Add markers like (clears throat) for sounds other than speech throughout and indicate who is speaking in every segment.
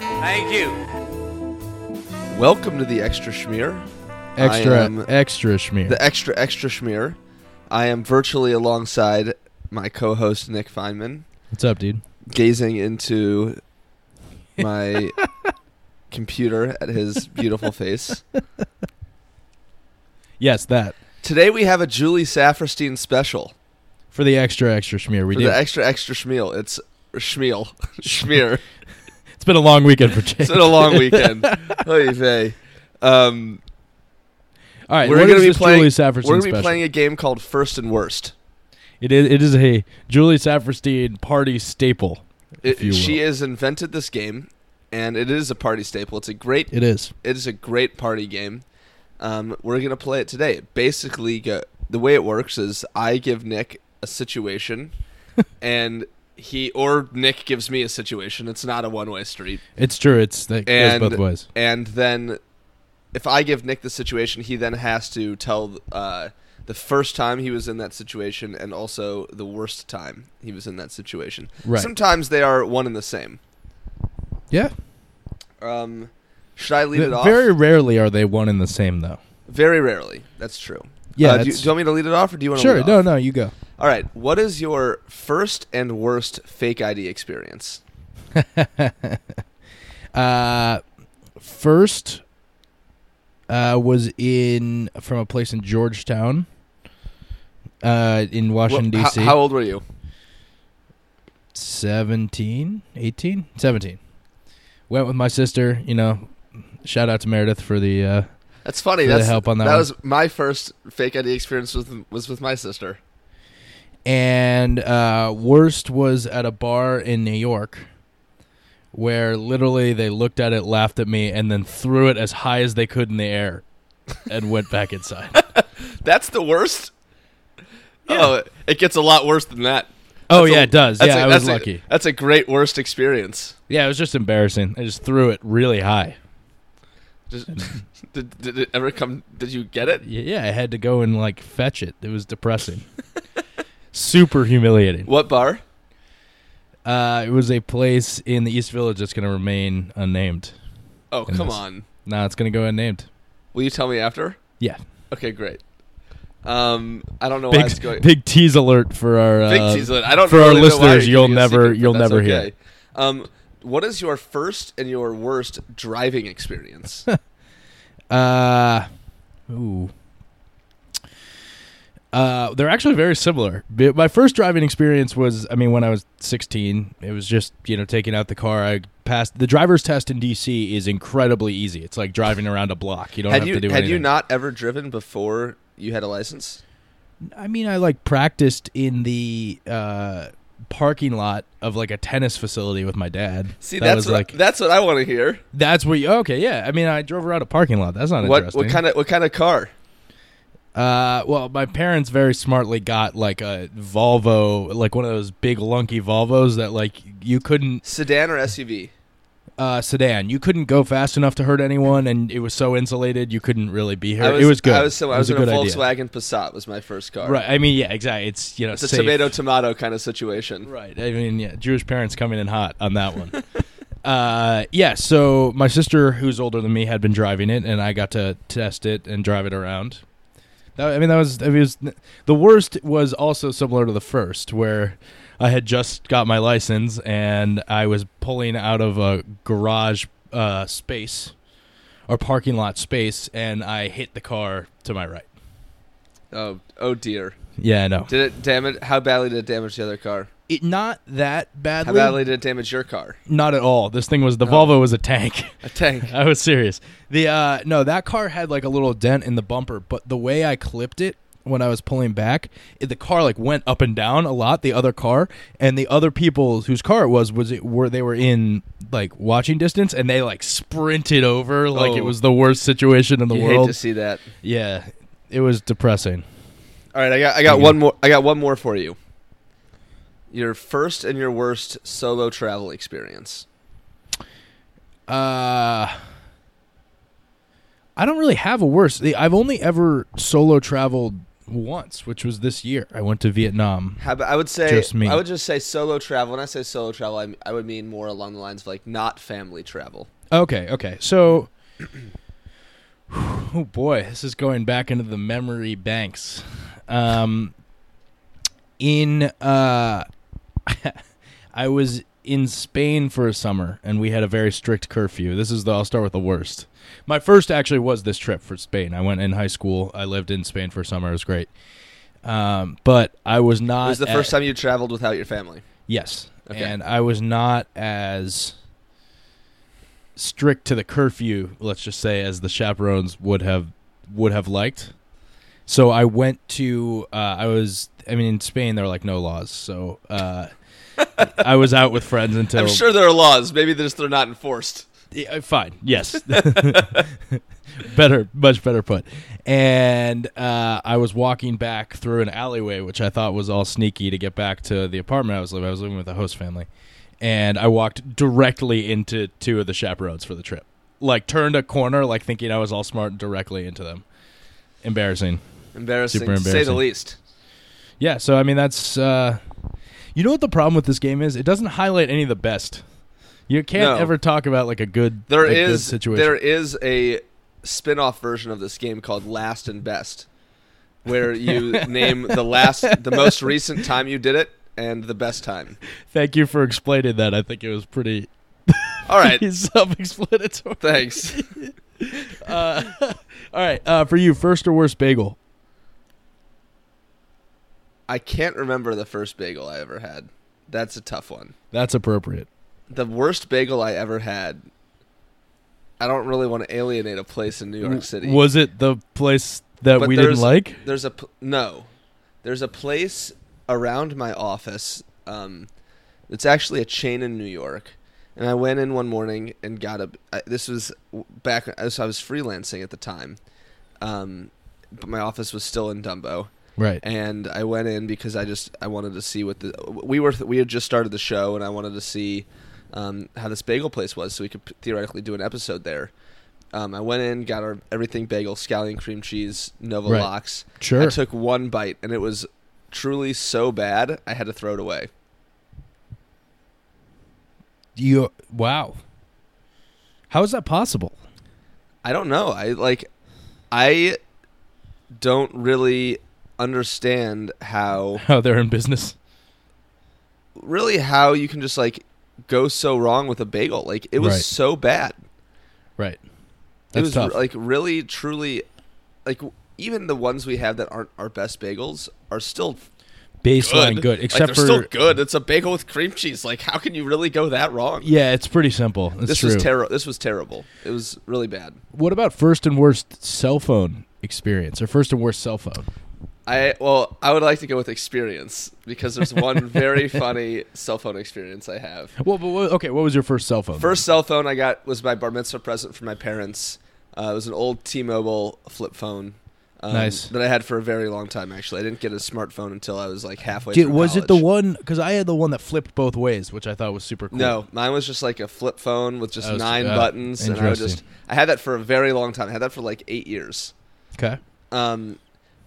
Speaker 1: Thank you.
Speaker 2: Welcome to the Extra Schmear. I
Speaker 3: Extra,
Speaker 2: am-
Speaker 3: extra schmear.
Speaker 2: The Extra Extra Schmear. I am virtually alongside my co host, Nick Feynman,
Speaker 3: What's up, dude?
Speaker 2: gazing into
Speaker 3: (laughs)
Speaker 2: my computer at his beautiful face.
Speaker 3: Yes, that
Speaker 2: Today we have a Julie Saferstein special
Speaker 3: for the extra, extra schmear. We
Speaker 2: for
Speaker 3: did.
Speaker 2: the Extra Extra Schmeal. It's
Speaker 3: (laughs)
Speaker 2: Schmeal. Schmear.
Speaker 3: it's been a
Speaker 2: (laughs)
Speaker 3: long weekend for Jake.
Speaker 2: It's been a long
Speaker 3: (laughs)
Speaker 2: weekend. Oy vey. Um,
Speaker 3: All right,
Speaker 2: we're
Speaker 3: what
Speaker 2: gonna
Speaker 3: is
Speaker 2: be
Speaker 3: this
Speaker 2: playing.
Speaker 3: Julie
Speaker 2: we're
Speaker 3: Saferstein
Speaker 2: gonna be
Speaker 3: special?
Speaker 2: playing a game called First and Worst.
Speaker 3: It is. It is a Julie Saferstein party staple. if
Speaker 2: It-
Speaker 3: you will.
Speaker 2: she has invented this game, and it is a party staple. It's a great.
Speaker 3: It is.
Speaker 2: It is a great party game. Um, we're gonna play it today. It Basically, go, the way it works is I give Nick a
Speaker 3: (laughs)
Speaker 2: situation, and he or Nick gives me a situation. It's not a one-way street.
Speaker 3: It's true. It's that goes
Speaker 2: And-
Speaker 3: both ways.
Speaker 2: and then if I give Nick the situation, he then has to tell uh, the first time he was in that situation and also the worst time he was in that situation.
Speaker 3: Right.
Speaker 2: Sometimes they are one and the same.
Speaker 3: Yeah.
Speaker 2: Um, should I lead
Speaker 3: Th-
Speaker 2: it off?
Speaker 3: Very rarely are they one and the same, though.
Speaker 2: Very rarely. That's true. Uh,
Speaker 3: Yeah,
Speaker 2: do, you,
Speaker 3: that's-
Speaker 2: do you want me to lead it off, or do you want to?
Speaker 3: Sure.
Speaker 2: Lead
Speaker 3: No.
Speaker 2: off?
Speaker 3: No. You go.
Speaker 2: All right. What is your first and worst fake ID experience?
Speaker 3: uh, first uh, was in from a place in Georgetown, uh, in Washington
Speaker 2: Wha- how-
Speaker 3: D.C.
Speaker 2: How old were you?
Speaker 3: 17, 18, 17. Went with my sister. You know, shout out to Meredith for the. Uh,
Speaker 2: That's funny.
Speaker 3: For the
Speaker 2: That's
Speaker 3: help on that one.
Speaker 2: was my first fake ID experience with was with my sister.
Speaker 3: and uh, worst was at a bar in New York. Where literally they looked at it, laughed at me, and then threw it as high as they could in the air, and went back inside.
Speaker 2: (laughs) That's the worst. Oh, it gets a lot worse than that.
Speaker 3: Oh
Speaker 2: That's
Speaker 3: yeah,
Speaker 2: a-
Speaker 3: it does.
Speaker 2: that's
Speaker 3: Yeah,
Speaker 2: a-
Speaker 3: I was
Speaker 2: that's a-
Speaker 3: lucky.
Speaker 2: that's a great worst experience.
Speaker 3: Yeah, it was just embarrassing. I just threw it really high.
Speaker 2: Just, (laughs) did, did it ever come? Did you get it?
Speaker 3: Y- Yeah, I had to go and like fetch it. It
Speaker 2: (laughs)
Speaker 3: was depressing. Super humiliating.
Speaker 2: What bar?
Speaker 3: Uh, it was a place in the East Village that's going to remain unnamed.
Speaker 2: Oh,
Speaker 3: In
Speaker 2: come
Speaker 3: this.
Speaker 2: on.
Speaker 3: Nah, it's going to go unnamed.
Speaker 2: Will you tell me after?
Speaker 3: Yeah.
Speaker 2: Okay, great. Um, I don't know why it's
Speaker 3: Big
Speaker 2: going.
Speaker 3: big tease alert for our uh,
Speaker 2: Big tease alert. I don't
Speaker 3: for
Speaker 2: really
Speaker 3: our
Speaker 2: know why
Speaker 3: listeners.
Speaker 2: you're
Speaker 3: You'll
Speaker 2: giving a
Speaker 3: never
Speaker 2: secret, but
Speaker 3: you'll
Speaker 2: that's
Speaker 3: never hear.
Speaker 2: okay.
Speaker 3: it.
Speaker 2: Um, what is your first and your worst driving
Speaker 3: (laughs)
Speaker 2: experience?
Speaker 3: Uh, ooh. Uh, they're actually very similar. B- My first driving experience was, I mean, when I was 16, it was just, you know, taking out the car. I passed the driver's test in DC is incredibly easy. It's like driving around a block. You don't
Speaker 2: had
Speaker 3: have
Speaker 2: you
Speaker 3: to do
Speaker 2: had
Speaker 3: anything.
Speaker 2: you not ever driven before you had a license?
Speaker 3: I mean, I like practiced in the uh, parking lot of like a tennis facility with my dad.
Speaker 2: See,
Speaker 3: That
Speaker 2: that's
Speaker 3: was
Speaker 2: what,
Speaker 3: like
Speaker 2: that's what I want to hear.
Speaker 3: that's what you okay, yeah. I mean, I drove around a parking lot. That's not
Speaker 2: What
Speaker 3: interesting.
Speaker 2: what kind of what kind of car?
Speaker 3: Uh, well, my parents very smartly got like a Volvo, like one of those big lunky Volvos that like you couldn't
Speaker 2: Sedan or SUV?
Speaker 3: uh, sedan. You couldn't go fast enough to hurt anyone, and it was so insulated you couldn't really be
Speaker 2: I
Speaker 3: hurt. it was good.
Speaker 2: I was, similar.
Speaker 3: it was
Speaker 2: I was in a,
Speaker 3: good idea.
Speaker 2: Volkswagen Passat was my first car.
Speaker 3: Right. I mean, yeah, exactly. It's you know,
Speaker 2: It's a
Speaker 3: safe.
Speaker 2: tomato tomato kind of situation.
Speaker 3: Right. I mean, yeah, Jewish parents coming in hot on that one. (laughs) uh, yeah. So my sister, who's older than me, had been driving it, and I got to test it and drive it around. That, I mean, that was, I mean, it was the worst. Was also similar to the first, where I had just got my license and I was pulling out of a garage uh, space or parking lot space, and I hit the car to my right.
Speaker 2: Oh oh dear.
Speaker 3: Yeah, I know.
Speaker 2: Did it damage? How badly did it damage the other car?
Speaker 3: It not that
Speaker 2: How
Speaker 3: badly.
Speaker 2: badly did it damage your car?
Speaker 3: Not at all. This thing was the
Speaker 2: Oh.
Speaker 3: Volvo was a tank. (laughs)
Speaker 2: A tank.
Speaker 3: I was serious. The uh no, that car had like a little dent in the bumper, but the way I clipped it when I was pulling back, it, the car like went up and down a lot. The other car and the other people whose car it was was it were they were in like watching distance and they like sprinted over like it
Speaker 2: Oh.
Speaker 3: was the worst situation in the
Speaker 2: you hate
Speaker 3: world.
Speaker 2: to see that.
Speaker 3: yeah, it was depressing.
Speaker 2: All right, I got I got
Speaker 3: Okay.
Speaker 2: one more. I got one more for you. Your first and your worst solo travel experience.
Speaker 3: Uh I don't really have a worse. The- I've only ever solo traveled once, which was this year. I went to Vietnam.
Speaker 2: How about, I would say
Speaker 3: Just me.
Speaker 2: I would just say solo travel. When I say solo travel, I, I would mean more along the lines of like not family travel.
Speaker 3: Okay, okay. So, (clears throat) oh boy, this is going back into the memory banks. Um, in uh, (laughs) I was in Spain for a summer, and we had a very strict curfew. This is the I'll start with the worst. My first actually was this trip for Spain. I went in high school. I lived in Spain for a summer. It was great. Um, but I was not.
Speaker 2: It was the
Speaker 3: at-
Speaker 2: first time you traveled without your family.
Speaker 3: Yes.
Speaker 2: Okay.
Speaker 3: And I was not as strict to the curfew, let's just say, as the chaperones would have would have liked. So I went to uh, I was I mean in Spain there are like no laws, so uh, (laughs) I was out with friends until
Speaker 2: I'm sure there are laws. Maybe they're just they're not enforced.
Speaker 3: yeah, uh, fine. Yes.
Speaker 2: (laughs)
Speaker 3: (laughs) better, much better put. And uh, I was walking back through an alleyway, which I thought was all sneaky to get back to the apartment I was living. I was living with a host family, and I walked directly into two of the chaperones for the trip. Like turned a corner, like thinking I was all smart, directly into them. Embarrassing.
Speaker 2: Embarrassing,
Speaker 3: Super
Speaker 2: to say the
Speaker 3: embarrassing.
Speaker 2: least.
Speaker 3: Yeah. So I mean, that's uh, you know what the problem with this game is? It doesn't highlight any of the best. You
Speaker 2: No.
Speaker 3: can't ever talk about like a good
Speaker 2: There
Speaker 3: a good
Speaker 2: is
Speaker 3: situation.
Speaker 2: there is a spin-off version of this game called Last and Best
Speaker 3: (laughs)
Speaker 2: where you name the last the most recent time you did it and the best time.
Speaker 3: Thank you for explaining that. I think it was pretty
Speaker 2: All right.
Speaker 3: (laughs) self-explanatory.
Speaker 2: Thanks.
Speaker 3: Uh, all right, uh, for you, first or worst bagel?
Speaker 2: I can't remember the first bagel I ever had. That's a tough one.
Speaker 3: That's appropriate.
Speaker 2: The worst bagel I ever had. I don't really want to alienate a place in New York City.
Speaker 3: Was it the place that
Speaker 2: But
Speaker 3: we didn't
Speaker 2: there's-
Speaker 3: like?
Speaker 2: There's a p- no. There's a place around my office. Um, it's actually a chain in New York, and I went in one morning and got a. I, this was w- back as I was freelancing at the time, um, but my office was still in Dumbo,
Speaker 3: Right.
Speaker 2: and I went in because I just I wanted to see what the we were we had just started the show, and I wanted to see um, how this bagel place was, so we could p- theoretically do an episode there. Um, I went in, got our everything bagel, scallion cream cheese, Nova
Speaker 3: Right.
Speaker 2: Locks. I
Speaker 3: Sure.
Speaker 2: took one bite and it was truly so bad I had to throw it away.
Speaker 3: you wow. How is that possible?
Speaker 2: I don't know. I like I don't really understand how
Speaker 3: (laughs) How they're in business?
Speaker 2: really how you can just like go so wrong with a bagel. Like it was
Speaker 3: Right.
Speaker 2: so bad.
Speaker 3: Right.
Speaker 2: it
Speaker 3: That's
Speaker 2: was
Speaker 3: tough.
Speaker 2: like really truly like w- even the ones we have that aren't our best bagels are still
Speaker 3: Baseline
Speaker 2: good.
Speaker 3: good,
Speaker 2: Like,
Speaker 3: except for
Speaker 2: they're still good. It's a bagel with cream cheese. Like how can you really go that wrong?
Speaker 3: yeah, it's pretty simple. It's
Speaker 2: this
Speaker 3: true.
Speaker 2: was terrible. This was terrible. It was really bad.
Speaker 3: what about first and worst cell phone experience or first and worst cell phone?
Speaker 2: I well, I would like to go with experience because there's
Speaker 3: (laughs)
Speaker 2: one very funny cell phone experience I have.
Speaker 3: Well, but what, okay, what was your first cell phone?
Speaker 2: First cell phone I got was my bar mitzvah present from my parents. Uh, it was an old T-Mobile flip phone. Um,
Speaker 3: Nice.
Speaker 2: That I had for a very long time. Actually, I didn't get a smartphone until I was like halfway.
Speaker 3: Did,
Speaker 2: through
Speaker 3: was it the
Speaker 2: college.
Speaker 3: one? Because I had the one that flipped both ways, which I thought was super cool.
Speaker 2: No, mine was just like a flip phone with just
Speaker 3: That was-
Speaker 2: nine
Speaker 3: uh,
Speaker 2: buttons, and I would just
Speaker 3: interesting.
Speaker 2: I had that for a very long time. I had that for like eight years.
Speaker 3: Okay.
Speaker 2: um,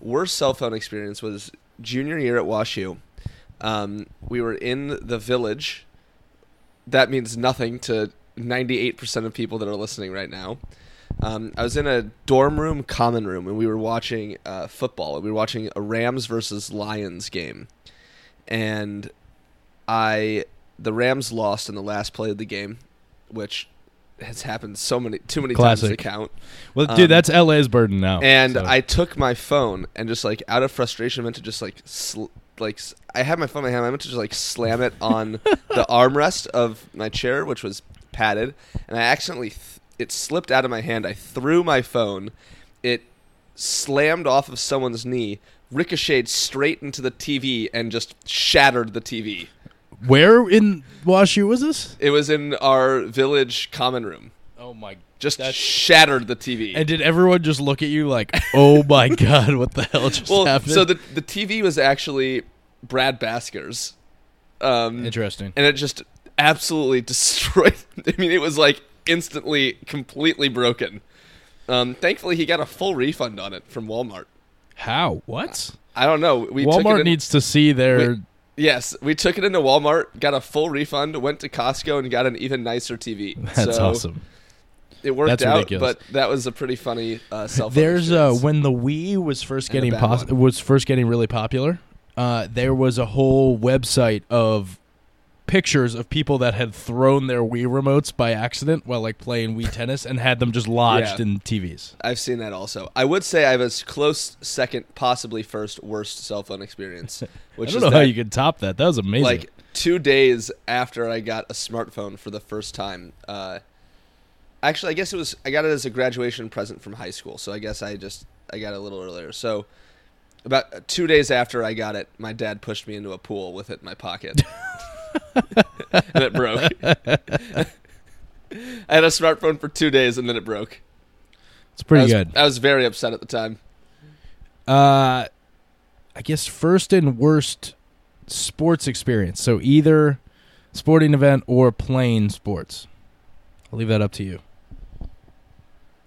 Speaker 2: worst cell phone experience was junior year at WashU. Um, we were in the village. That means nothing to 98% of people that are listening right now. Um, I was in a dorm room, common room, and we were watching uh, football. We were watching a Rams versus Lions game. And I the Rams lost in the last play of the game, which has happened so many too many times to
Speaker 3: Classic.
Speaker 2: count.
Speaker 3: Well,
Speaker 2: Um,
Speaker 3: dude, that's LA's burden now.
Speaker 2: And
Speaker 3: so-
Speaker 2: I took my phone and just like out of frustration meant to just like sl- like s- I had my phone in my hand. I meant to just like slam it
Speaker 3: (laughs)
Speaker 2: on the armrest of my chair, which was padded, and I accidentally th- it slipped out of my hand. I threw my phone. It slammed off of someone's knee, ricocheted straight into the TV, and just shattered the TV.
Speaker 3: where in WashU was this?
Speaker 2: It was in our village common room.
Speaker 3: Oh my!
Speaker 2: Just shattered the TV.
Speaker 3: and did everyone just look at you (laughs) like, "Oh my god, what the hell just (laughs)
Speaker 2: well,
Speaker 3: happened?"
Speaker 2: so the the TV was actually Brad Basker's, um,
Speaker 3: interesting.
Speaker 2: and it just absolutely (laughs) destroyed. I mean, it was like instantly, completely broken. Um, thankfully, he got a full refund on it from Walmart.
Speaker 3: How? What?
Speaker 2: I don't know. We took it
Speaker 3: Walmart
Speaker 2: in-
Speaker 3: needs to see their.
Speaker 2: Wait. Yes, we took it into Walmart, got a full refund, went to Costco, and got an even nicer TV.
Speaker 3: (laughs) that's
Speaker 2: So,
Speaker 3: awesome.
Speaker 2: it worked
Speaker 3: That's
Speaker 2: out,
Speaker 3: ridiculous.
Speaker 2: but that was a pretty funny uh, self.
Speaker 3: There's uh, when the Wii was first
Speaker 2: And a
Speaker 3: getting
Speaker 2: bad
Speaker 3: pos-
Speaker 2: one.
Speaker 3: was first getting really popular. Uh, there was a whole website of pictures of people that had thrown their Wii remotes by accident while like playing Wii tennis and had them just lodged
Speaker 2: Yeah.
Speaker 3: in TVs.
Speaker 2: I've seen that also. I would say I have a s- close second, possibly first worst cell phone experience, which
Speaker 3: (laughs) I don't
Speaker 2: is
Speaker 3: know
Speaker 2: that,
Speaker 3: how you could top that. That was amazing.
Speaker 2: like two days after I got a smartphone for the first time. Uh, actually, I guess it was I got it as a graduation present from high school, so I guess I just I got it a little earlier. So about two days after I got it, my dad pushed me into a pool with it in my
Speaker 3: (laughs)
Speaker 2: pocket, and it broke. (laughs) I had a smartphone for two days, and then it broke.
Speaker 3: it's pretty
Speaker 2: I was,
Speaker 3: good.
Speaker 2: I was very upset at the time.
Speaker 3: Uh, I guess first and worst sports experience. So either sporting event or playing sports. I'll leave that up to you.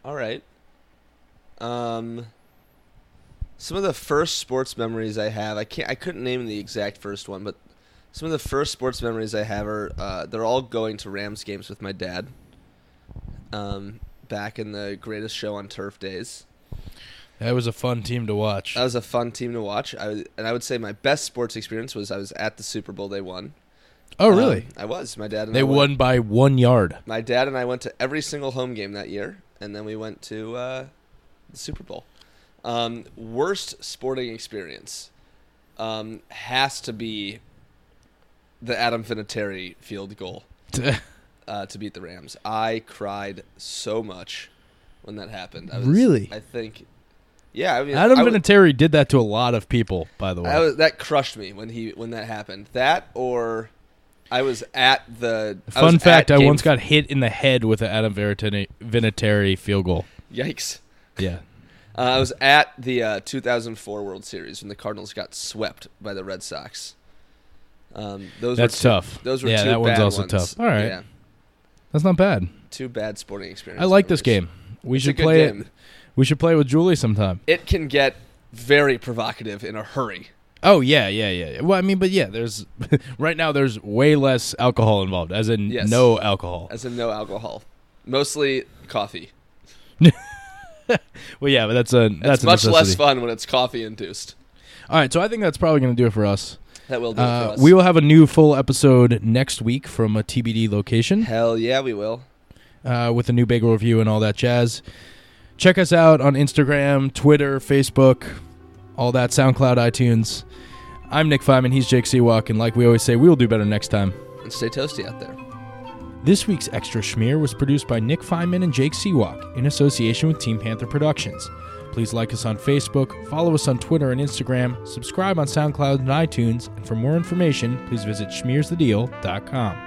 Speaker 2: All right. Um, some of the first sports memories I have, I can't, I couldn't name the exact first one, but some of the first sports memories I have are uh, they're all going to Rams games with my dad. Um, back in the greatest show on turf days,
Speaker 3: That was a fun team to watch.
Speaker 2: that was a fun team to watch. I w- and I would say my best sports experience was I was at the Super Bowl they won.
Speaker 3: oh,
Speaker 2: Um,
Speaker 3: really?
Speaker 2: I was. My dad and
Speaker 3: they
Speaker 2: I went-
Speaker 3: won by one
Speaker 2: (laughs)
Speaker 3: yard.
Speaker 2: My dad and I went to every single home game that year, and then we went to uh, the Super Bowl. Um, worst sporting experience um, has to be the Adam Vinatieri field goal uh, to beat the Rams. I cried so much when that happened. I was,
Speaker 3: Really?
Speaker 2: I think, yeah. I mean,
Speaker 3: Adam
Speaker 2: I was-
Speaker 3: Vinatieri did that to a lot of people, by the
Speaker 2: I
Speaker 3: way.
Speaker 2: was, that crushed me when he when that happened. That or I was at the I was
Speaker 3: Fun
Speaker 2: at
Speaker 3: fact: I
Speaker 2: game-
Speaker 3: once got hit in the head with an Adam Vinatieri, Vinatieri
Speaker 2: (laughs)
Speaker 3: field goal.
Speaker 2: yikes.
Speaker 3: Yeah,
Speaker 2: Uh, I was at the uh, 2004 World Series when the Cardinals got swept by the Red Sox. Um, those
Speaker 3: that's
Speaker 2: were two,
Speaker 3: tough.
Speaker 2: Those were
Speaker 3: yeah,
Speaker 2: two
Speaker 3: that one's
Speaker 2: bad
Speaker 3: also
Speaker 2: ones.
Speaker 3: tough. All right,
Speaker 2: yeah,
Speaker 3: that's not bad.
Speaker 2: two bad sporting experiences.
Speaker 3: I like this game. We
Speaker 2: It's a
Speaker 3: should
Speaker 2: good
Speaker 3: play
Speaker 2: game.
Speaker 3: it. We should play it with Julie sometime.
Speaker 2: It can get very provocative in a hurry.
Speaker 3: Oh yeah, yeah, yeah. yeah. Well, I mean, but yeah, there's (laughs) right now there's way less alcohol involved, as in
Speaker 2: Yes.
Speaker 3: no alcohol.
Speaker 2: As in, no alcohol, mostly coffee.
Speaker 3: Well, yeah, but that's a that's
Speaker 2: it's
Speaker 3: a
Speaker 2: much less
Speaker 3: necessity.
Speaker 2: fun when it's coffee induced.
Speaker 3: All right, so I think that's probably going to do it for us.
Speaker 2: That will do it for
Speaker 3: Uh,
Speaker 2: us.
Speaker 3: we will have a new full episode next week from a TBD location
Speaker 2: Hell yeah, we will.
Speaker 3: uh, with a new bagel review and all that jazz. Check us out on Instagram, Twitter, Facebook, all that, SoundCloud, iTunes. I'm Nick Feynman. He's Jake Seawalk. And like we always say, we will do better next time.
Speaker 2: And stay toasty out there.
Speaker 3: This week's Extra Schmear was produced by Nick Feynman and Jake Seawalk in association with Team Panther Productions. Please like us on Facebook, follow us on Twitter and Instagram, subscribe on SoundCloud and iTunes, and for more information, please visit schmearsthedeal.com.